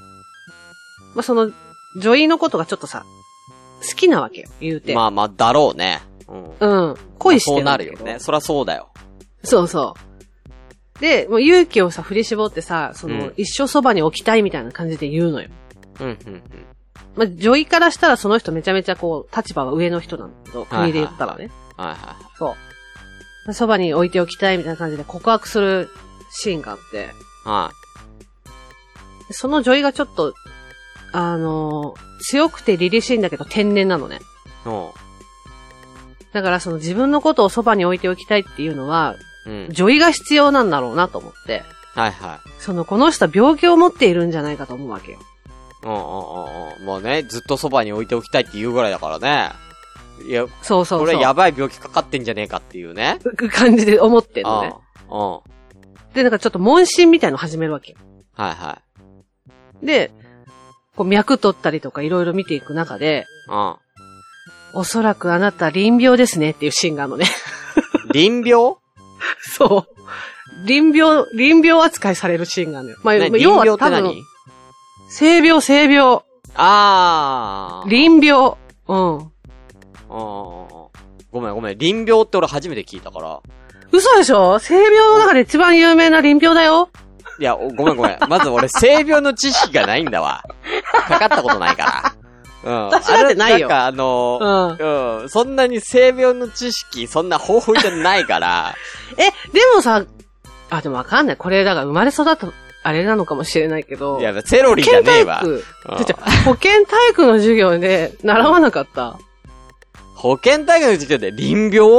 [SPEAKER 2] まあ、その、女医のことがちょっとさ、好きなわけよ、言うて。
[SPEAKER 1] まあまあ、だろうね。うん。
[SPEAKER 2] うん。恋して
[SPEAKER 1] そうな
[SPEAKER 2] だけ
[SPEAKER 1] る
[SPEAKER 2] ど
[SPEAKER 1] よね。。そりゃそうだよ。
[SPEAKER 2] そうそう。で、もう勇気をさ、振り絞ってさ、その、
[SPEAKER 1] うん
[SPEAKER 2] 一生そばに置きたいみたいな感じで言うのよ。
[SPEAKER 1] うん、うん、
[SPEAKER 2] まあ、女医からしたらその人めちゃめちゃこう、立場が上の人なんだけど、
[SPEAKER 1] はいはいはい
[SPEAKER 2] 国で言ったらね。
[SPEAKER 1] うん。はいは
[SPEAKER 2] そう。そばに置いておきたいみたいな感じで告白するシーンがあって、
[SPEAKER 1] い。は
[SPEAKER 2] その女医がちょっと、あのー強くて凛々しいんだけど天然なのね。
[SPEAKER 1] い。の、
[SPEAKER 2] だからその自分のことをそばに置いておきたいっていうのは、
[SPEAKER 1] うん。
[SPEAKER 2] 女医が必要なんだろうなと思って、
[SPEAKER 1] はいは
[SPEAKER 2] その、この人は病気を持っているんじゃないかと思うわけよ。
[SPEAKER 1] い。うんうんうんうん。もうね、ずっとそばに置いておきたいって言うぐらいだからね。いや、
[SPEAKER 2] そうそうそう。
[SPEAKER 1] これやばい病気かかってんじゃねえかっていうね。
[SPEAKER 2] 感じで思ってん
[SPEAKER 1] うん。
[SPEAKER 2] の
[SPEAKER 1] うん
[SPEAKER 2] ね。。で、なんかちょっと問診みたいの始めるわけ。
[SPEAKER 1] はいは
[SPEAKER 2] で、こう脈取ったりとかいろいろ見ていく中で、
[SPEAKER 1] い。
[SPEAKER 2] おそらくあなた臨病ですねっていうシーンがあるのね。
[SPEAKER 1] うん。臨病
[SPEAKER 2] そう。臨病、臨病扱いされるシーンがあるのよ。まあ、
[SPEAKER 1] ね
[SPEAKER 2] まあ
[SPEAKER 1] 臨
[SPEAKER 2] 要
[SPEAKER 1] 病
[SPEAKER 2] は
[SPEAKER 1] って
[SPEAKER 2] 多分、
[SPEAKER 1] 何
[SPEAKER 2] 性病、性病、
[SPEAKER 1] あー。
[SPEAKER 2] 臨病。う
[SPEAKER 1] うんうん
[SPEAKER 2] ん。
[SPEAKER 1] うんごめんごめん。臨病って俺初めて聞いたから。
[SPEAKER 2] 嘘でしょ性病の中で一番有名な臨病だよ。
[SPEAKER 1] いや、おごめんご めん。まず俺、性病の知識がないんだわ。かかったことないから。うん。
[SPEAKER 2] 私だってな
[SPEAKER 1] あ
[SPEAKER 2] いよ
[SPEAKER 1] れなんかあの
[SPEAKER 2] う、ん。
[SPEAKER 1] うん、そんなに性病の知識、そんな豊富じゃないから、
[SPEAKER 2] え、でもさ、あ、でもわかんない。これ、だから生まれ育った、あれなのかもしれないけど。
[SPEAKER 1] いや、セロリ
[SPEAKER 2] 保
[SPEAKER 1] じゃ
[SPEAKER 2] 健
[SPEAKER 1] ね
[SPEAKER 2] 体
[SPEAKER 1] えわ。
[SPEAKER 2] 育。
[SPEAKER 1] うん
[SPEAKER 2] ちょちょ保健体育の授業で習わなかった。
[SPEAKER 1] 保健体育の授業で臨病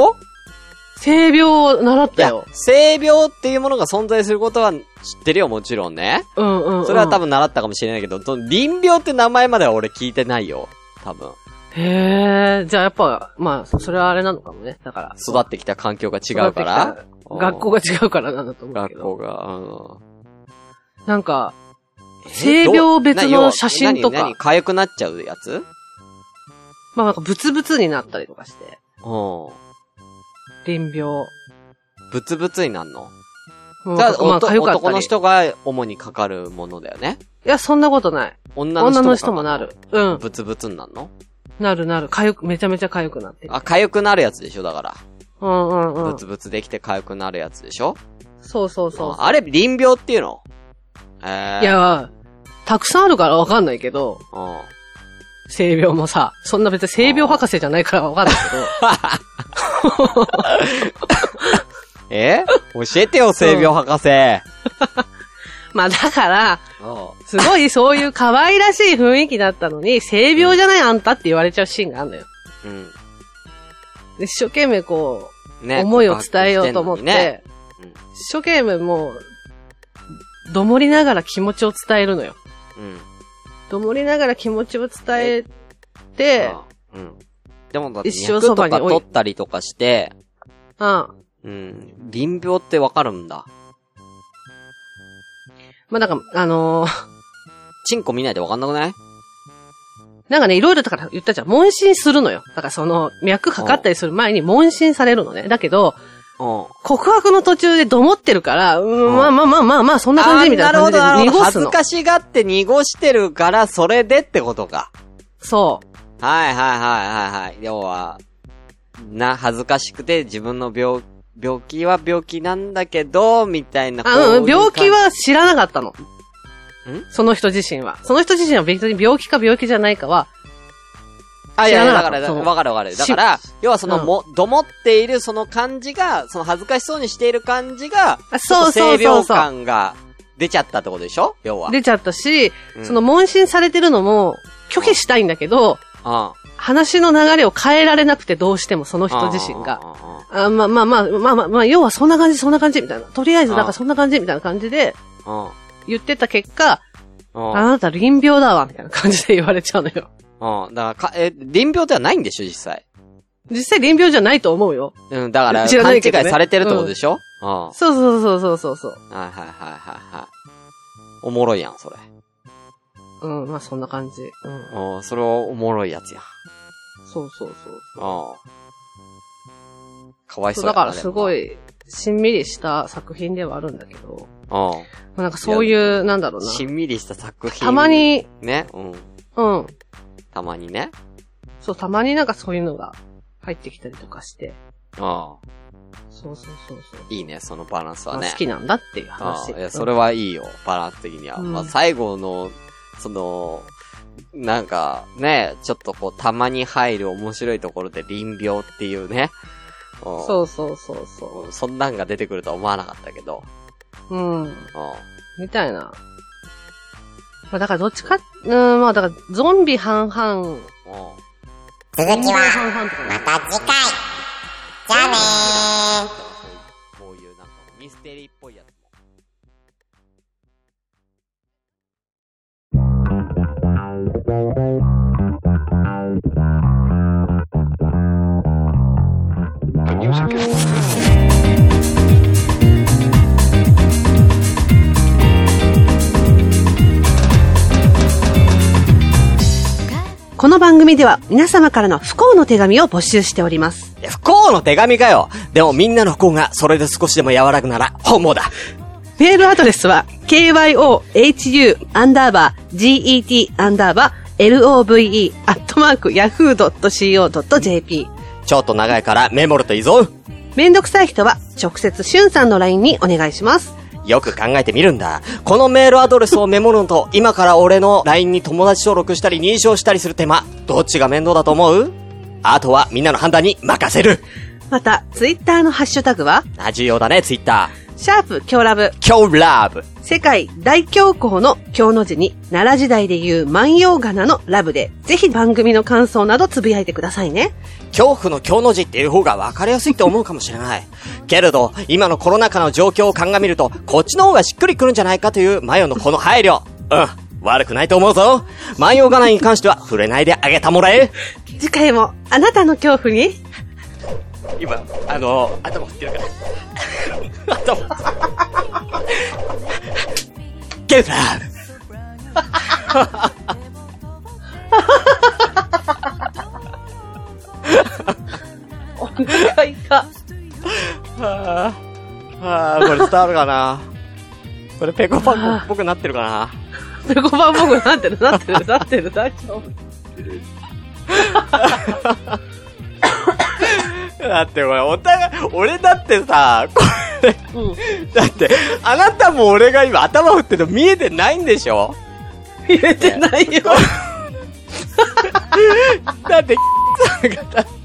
[SPEAKER 2] 性病を習っ
[SPEAKER 1] い
[SPEAKER 2] た
[SPEAKER 1] や
[SPEAKER 2] よ、。
[SPEAKER 1] 性病っていうものが存在することは知ってるよ、もちろんね。
[SPEAKER 2] うんうん、うん。
[SPEAKER 1] それは多。分習ったかもしれないけど、その臨病って名前までは俺聞いてないよ。多分。
[SPEAKER 2] へえ、じゃあやっぱ、まあ、そそれはあれなのかもね。だから。
[SPEAKER 1] 育ってきた環境が違うから
[SPEAKER 2] 育って。きた学校
[SPEAKER 1] が。
[SPEAKER 2] が違うからなんだと思うけ
[SPEAKER 1] 学
[SPEAKER 2] ど。
[SPEAKER 1] 校が。うん
[SPEAKER 2] なんか、性病別の写真
[SPEAKER 1] えど
[SPEAKER 2] とか
[SPEAKER 1] うな要は何何かゆくなっちゃうやつ
[SPEAKER 2] まあなんかブツブツになったりとかして。
[SPEAKER 1] うん。
[SPEAKER 2] 臨病。
[SPEAKER 1] ブツブツになんの
[SPEAKER 2] うん
[SPEAKER 1] じゃあ、
[SPEAKER 2] まあ、
[SPEAKER 1] 男
[SPEAKER 2] かゆかった
[SPEAKER 1] 男
[SPEAKER 2] り。
[SPEAKER 1] の
[SPEAKER 2] い
[SPEAKER 1] 人が主にかかるものだよね。
[SPEAKER 2] や、そんなことない。
[SPEAKER 1] 女の人
[SPEAKER 2] 女
[SPEAKER 1] も
[SPEAKER 2] の人もなる。。うん。
[SPEAKER 1] ブツブツになんの
[SPEAKER 2] なるなる。かゆく、めちゃめちゃかゆくなってる。
[SPEAKER 1] あ、かゆくなるやつでしょ、だから。
[SPEAKER 2] うんうんう
[SPEAKER 1] ブ
[SPEAKER 2] ん
[SPEAKER 1] ツ。ブツできてかゆくなるやつでしょ
[SPEAKER 2] そうそうそう。
[SPEAKER 1] ああれ、臨病っていうのええー。
[SPEAKER 2] い、や、たくさんあるからわかんないけど、
[SPEAKER 1] うん。
[SPEAKER 2] 性病もさ、そんな別に性病博士じゃないからわか んないけど、
[SPEAKER 1] え 教えてよ、性病博士。
[SPEAKER 2] まあだから、
[SPEAKER 1] うん。
[SPEAKER 2] すごいそういう可愛らしい雰囲気だったのに、性病じゃないあんたって言われちゃうシーンがあるのよ。
[SPEAKER 1] うん。
[SPEAKER 2] で一生懸命こう、
[SPEAKER 1] ね。
[SPEAKER 2] 思いを伝えようと思って、
[SPEAKER 1] 告白してんのにねうん
[SPEAKER 2] 一生懸命もう、どもりながら気持ちを伝えるのよ。
[SPEAKER 1] うん。
[SPEAKER 2] どもりながら気持ちを伝えて、
[SPEAKER 1] うん。でもだって、
[SPEAKER 2] 一生そ
[SPEAKER 1] 脈と
[SPEAKER 2] ばに
[SPEAKER 1] か
[SPEAKER 2] 置い
[SPEAKER 1] 取ったりとかして、
[SPEAKER 2] うん。
[SPEAKER 1] うん。臨病ってわかるんだ。
[SPEAKER 2] まあ、なんか、あのー
[SPEAKER 1] チンコ見ないでわかんなくない
[SPEAKER 2] なんかね、いろいろだから言ったじゃん。問診するのよ。だからその、脈かかったりする前に問診されるのね。だけど、
[SPEAKER 1] うん。
[SPEAKER 2] 告白の途中でどもってるから、うー、
[SPEAKER 1] うんん
[SPEAKER 2] まあまあまあまあまあ、そんな感じみたいな感じで
[SPEAKER 1] あーるほどるほど
[SPEAKER 2] 濁
[SPEAKER 1] 恥
[SPEAKER 2] す
[SPEAKER 1] ず
[SPEAKER 2] の。
[SPEAKER 1] かしがって濁してるから、それでってことか。
[SPEAKER 2] そう。
[SPEAKER 1] はいはいはいはいはい。要は、な、恥ずかしくて自分の病、病気は病気なんだけど、みたいな。
[SPEAKER 2] あ、うん、病気
[SPEAKER 1] は、
[SPEAKER 2] は知らなかったの。その人自身は。その人自身は別に病気か病気じゃないかは、
[SPEAKER 1] あ、いやい
[SPEAKER 2] 知
[SPEAKER 1] や、
[SPEAKER 2] らな
[SPEAKER 1] だ
[SPEAKER 2] か
[SPEAKER 1] か
[SPEAKER 2] っ
[SPEAKER 1] ら、
[SPEAKER 2] たそう
[SPEAKER 1] わかるわかる。だから、要はその、も、どもっているその感じが、その恥ずかしそうにしている感じが、
[SPEAKER 2] あそうそう
[SPEAKER 1] ち
[SPEAKER 2] そ
[SPEAKER 1] ょ
[SPEAKER 2] う
[SPEAKER 1] っと性病
[SPEAKER 2] そう。
[SPEAKER 1] 感が出ちゃったってことでしょ要は。
[SPEAKER 2] 出ちゃったし、
[SPEAKER 1] うん
[SPEAKER 2] その問診されてるのも拒否したいんだけど、
[SPEAKER 1] うん、
[SPEAKER 2] 話の流れを変えられなくてどうしてもその人自身が。
[SPEAKER 1] うんうんうんうん。
[SPEAKER 2] あまあまあまあ、まあまあ、まあ、要はそんな感じ、そんな感じ、みたいな。とりあえず、なんかそんな感じ、みたいな感じで
[SPEAKER 1] うん。
[SPEAKER 2] 言ってた結果、
[SPEAKER 1] うん
[SPEAKER 2] あなた臨病だわ、みたいな感じで言われちゃうのよ。
[SPEAKER 1] うん。だからか、え、臨病ではないんでしょ、実際。
[SPEAKER 2] 実際臨病じゃないと思うよ。
[SPEAKER 1] うん、だから、
[SPEAKER 2] 知ら
[SPEAKER 1] 勘
[SPEAKER 2] な
[SPEAKER 1] 違
[SPEAKER 2] い
[SPEAKER 1] い
[SPEAKER 2] けどね
[SPEAKER 1] されてるってことでしょ、うん、は
[SPEAKER 2] そうそうそうそうそうそう
[SPEAKER 1] いはいはいはいはい。おもろいやん、それ。。
[SPEAKER 2] うん、まあそんな感じ。うん。
[SPEAKER 1] うん、それはおもろいやつやん。
[SPEAKER 2] そうそうそう。
[SPEAKER 1] うん。かわい
[SPEAKER 2] そ
[SPEAKER 1] そうう
[SPEAKER 2] だ
[SPEAKER 1] や
[SPEAKER 2] からすご
[SPEAKER 1] い。
[SPEAKER 2] い、しんみりした作品ではあるんだけど、
[SPEAKER 1] う。
[SPEAKER 2] まあなんかそういう、なんだろうんな。
[SPEAKER 1] しんみりした作品。
[SPEAKER 2] たま。に、
[SPEAKER 1] ね。うん。
[SPEAKER 2] うん。
[SPEAKER 1] たまにね。
[SPEAKER 2] そう、たまになんかそういうのが入ってきたりとかして。
[SPEAKER 1] うん。
[SPEAKER 2] そうそうそうそう。
[SPEAKER 1] いいね、そのバランスは
[SPEAKER 2] まあ
[SPEAKER 1] ね。
[SPEAKER 2] 好きなんだっていう
[SPEAKER 1] あ
[SPEAKER 2] 話。
[SPEAKER 1] あいや、それはいいよ、バランス的には。
[SPEAKER 2] うん
[SPEAKER 1] まあ、最後の、その、なんか、ね、ちょっとこう、たまに入る面白いところで臨病っていうね。
[SPEAKER 2] うん
[SPEAKER 1] そ
[SPEAKER 2] そうそうそうそ
[SPEAKER 1] うん。そんなんが出てくるとは思わなかったけど。
[SPEAKER 2] う。うん。
[SPEAKER 1] う
[SPEAKER 2] みたいな。まあだからどっちか、うん、まあだからゾンビ半々、
[SPEAKER 1] ん。うん。
[SPEAKER 4] 続
[SPEAKER 2] 人
[SPEAKER 4] き
[SPEAKER 2] 間
[SPEAKER 4] は、
[SPEAKER 2] 半々とか
[SPEAKER 4] また次回。じゃあねー。
[SPEAKER 1] こういう、なんか、ミステリーっぽいやつも。
[SPEAKER 2] この番組では皆様からの不幸の手紙を募集しております。
[SPEAKER 1] いや不幸の手紙かよでもみんなの不幸がそれで少しでも和らぐなら本望だ
[SPEAKER 2] メールアドレスは、kyohu アンダーバー get アンダーバー love アットマーク yahoo.co.jp。
[SPEAKER 1] ちょっと長いからメモるといいぞ
[SPEAKER 2] めんどくさい人は、直接しゅんさんの LINE にお願いします。
[SPEAKER 1] よく考えてみるんだ。このメールアドレスをメモるのと、今から俺の LINE に友達登録したり認証したりする手間、どっちが面倒だと思うあとはみんなの判断に任せる
[SPEAKER 2] また、ツイッターのハッシュタグは、
[SPEAKER 1] あ、重要だね、ツイッタ
[SPEAKER 2] シャープ強ラブ、
[SPEAKER 1] ー。今日ラブ
[SPEAKER 2] 世界大恐慌の強の字に、奈良時代で言う万葉仮名のラブで、ぜひ番組の感想などつぶやいてくださいね。
[SPEAKER 1] 恐怖の恐の字っていう方が分かりやすいって思うかもしれない。けれど、今のコロナ禍の状況を鑑みると、こっちの方がしっくりくるんじゃないかというマヨのこの配慮。うん、悪くないと思うぞ。マヨガナに関しては触れないであげたもらえ。
[SPEAKER 2] 次回も、あなたの恐怖に、
[SPEAKER 1] 今、あの、頭振ってる から。頭振ってる。ゲルラ
[SPEAKER 2] お願いが。
[SPEAKER 1] ブあー、これ伝わるかなこれペコパコ僕なってるかな
[SPEAKER 2] ペコパン僕なってる、なってる、なってる、大丈夫。
[SPEAKER 1] だってこれ、お互い、俺だってさ、これ、
[SPEAKER 2] うん。
[SPEAKER 1] だって、あなたも俺が今頭振ってるの見えてないんでしょ
[SPEAKER 2] 入れてないよ。
[SPEAKER 1] だって、さんがだって、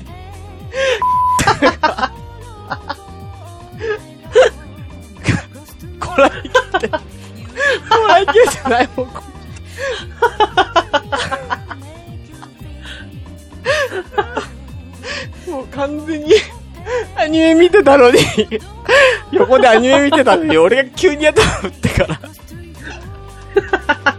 [SPEAKER 1] こらえきって、こらえきれてないもん、こもう完全に、アニメ見てたのに、横でアニメ見てたのに、俺が急に頭打ってから。